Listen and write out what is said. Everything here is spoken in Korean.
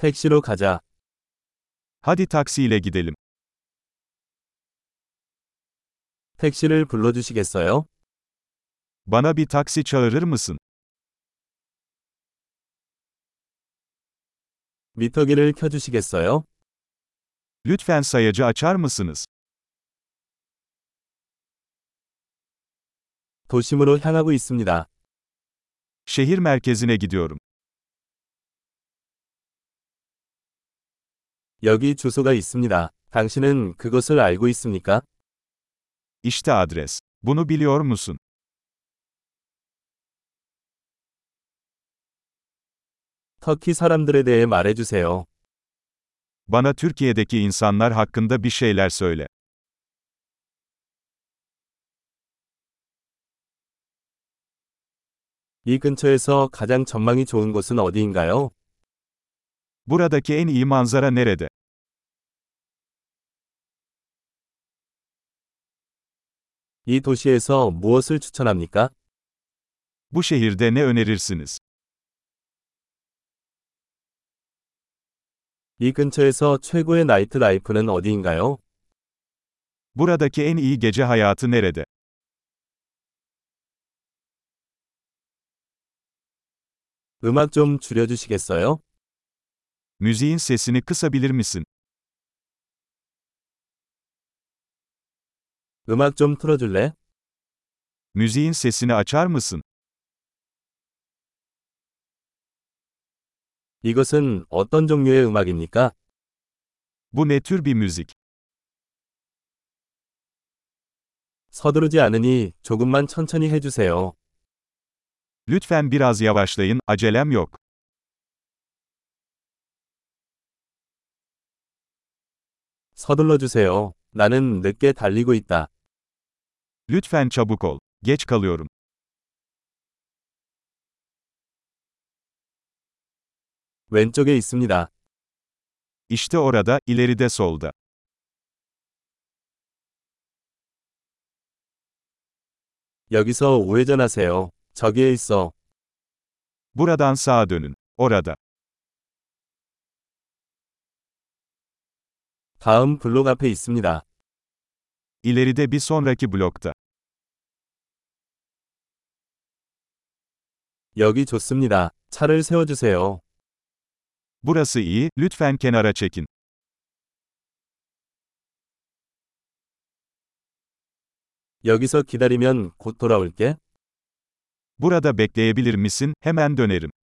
택시로 가자. Hadi taksiyle gidelim. 택시를 불러주시겠어요? Bana bir taksi çağırır mısın? 미터기를 켜주시겠어요? Lütfen sayacı açar mısınız? 도심으로 향하고 있습니다. Şehir merkezine gidiyorum. 여기 주소가 있습니다. 당신은 그것을 알고 있습니까? İşte adres. Bunu biliyor musun? 터키 사람들에 대해 말해주세요. Bana Türkiye'deki insanlar hakkında bir şeyler söyle. 이 근처에서 가장 전망이 좋은 곳은 어디인가요? Buradaki en iyi manzara nerede? 이 도시에서 무엇을 추천합니까? Bu şehirde ne önerirsiniz? 이 근처에서 최고의 나이트 라이프는 어디인가요? Buradaki en iyi gece hayatı nerede? 음악 좀 줄여주시겠어요? Müziğin sesini kısabilir misin? 음악 좀 틀어줄래? Müziğin sesini açar mısın? 이것은 어떤 종류의 음악입니까? Bu ne tür bir müzik? 서두르지 않으니 조금만 천천히 해주세요. Lütfen biraz yavaşlayın, acelem yok. 서둘러 주세요. 나는 늦게 달리고 있다. Lütfen çabuk ol. Geç kalıyorum. 왼쪽에 있습니다. İşte orada, ileride solda. 여기서 우회전하세요. 저기에 있어. Buradan sağa dönün. Orada. 다음 블록 앞에 있습니다. İleride bir sonraki blokta. 여기 좋습니다. 차를 세워주세요. Burası iyi, lütfen kenara çekin. 여기서 기다리면 곧 돌아올게. Burada bekleyebilir misin? Hemen dönerim.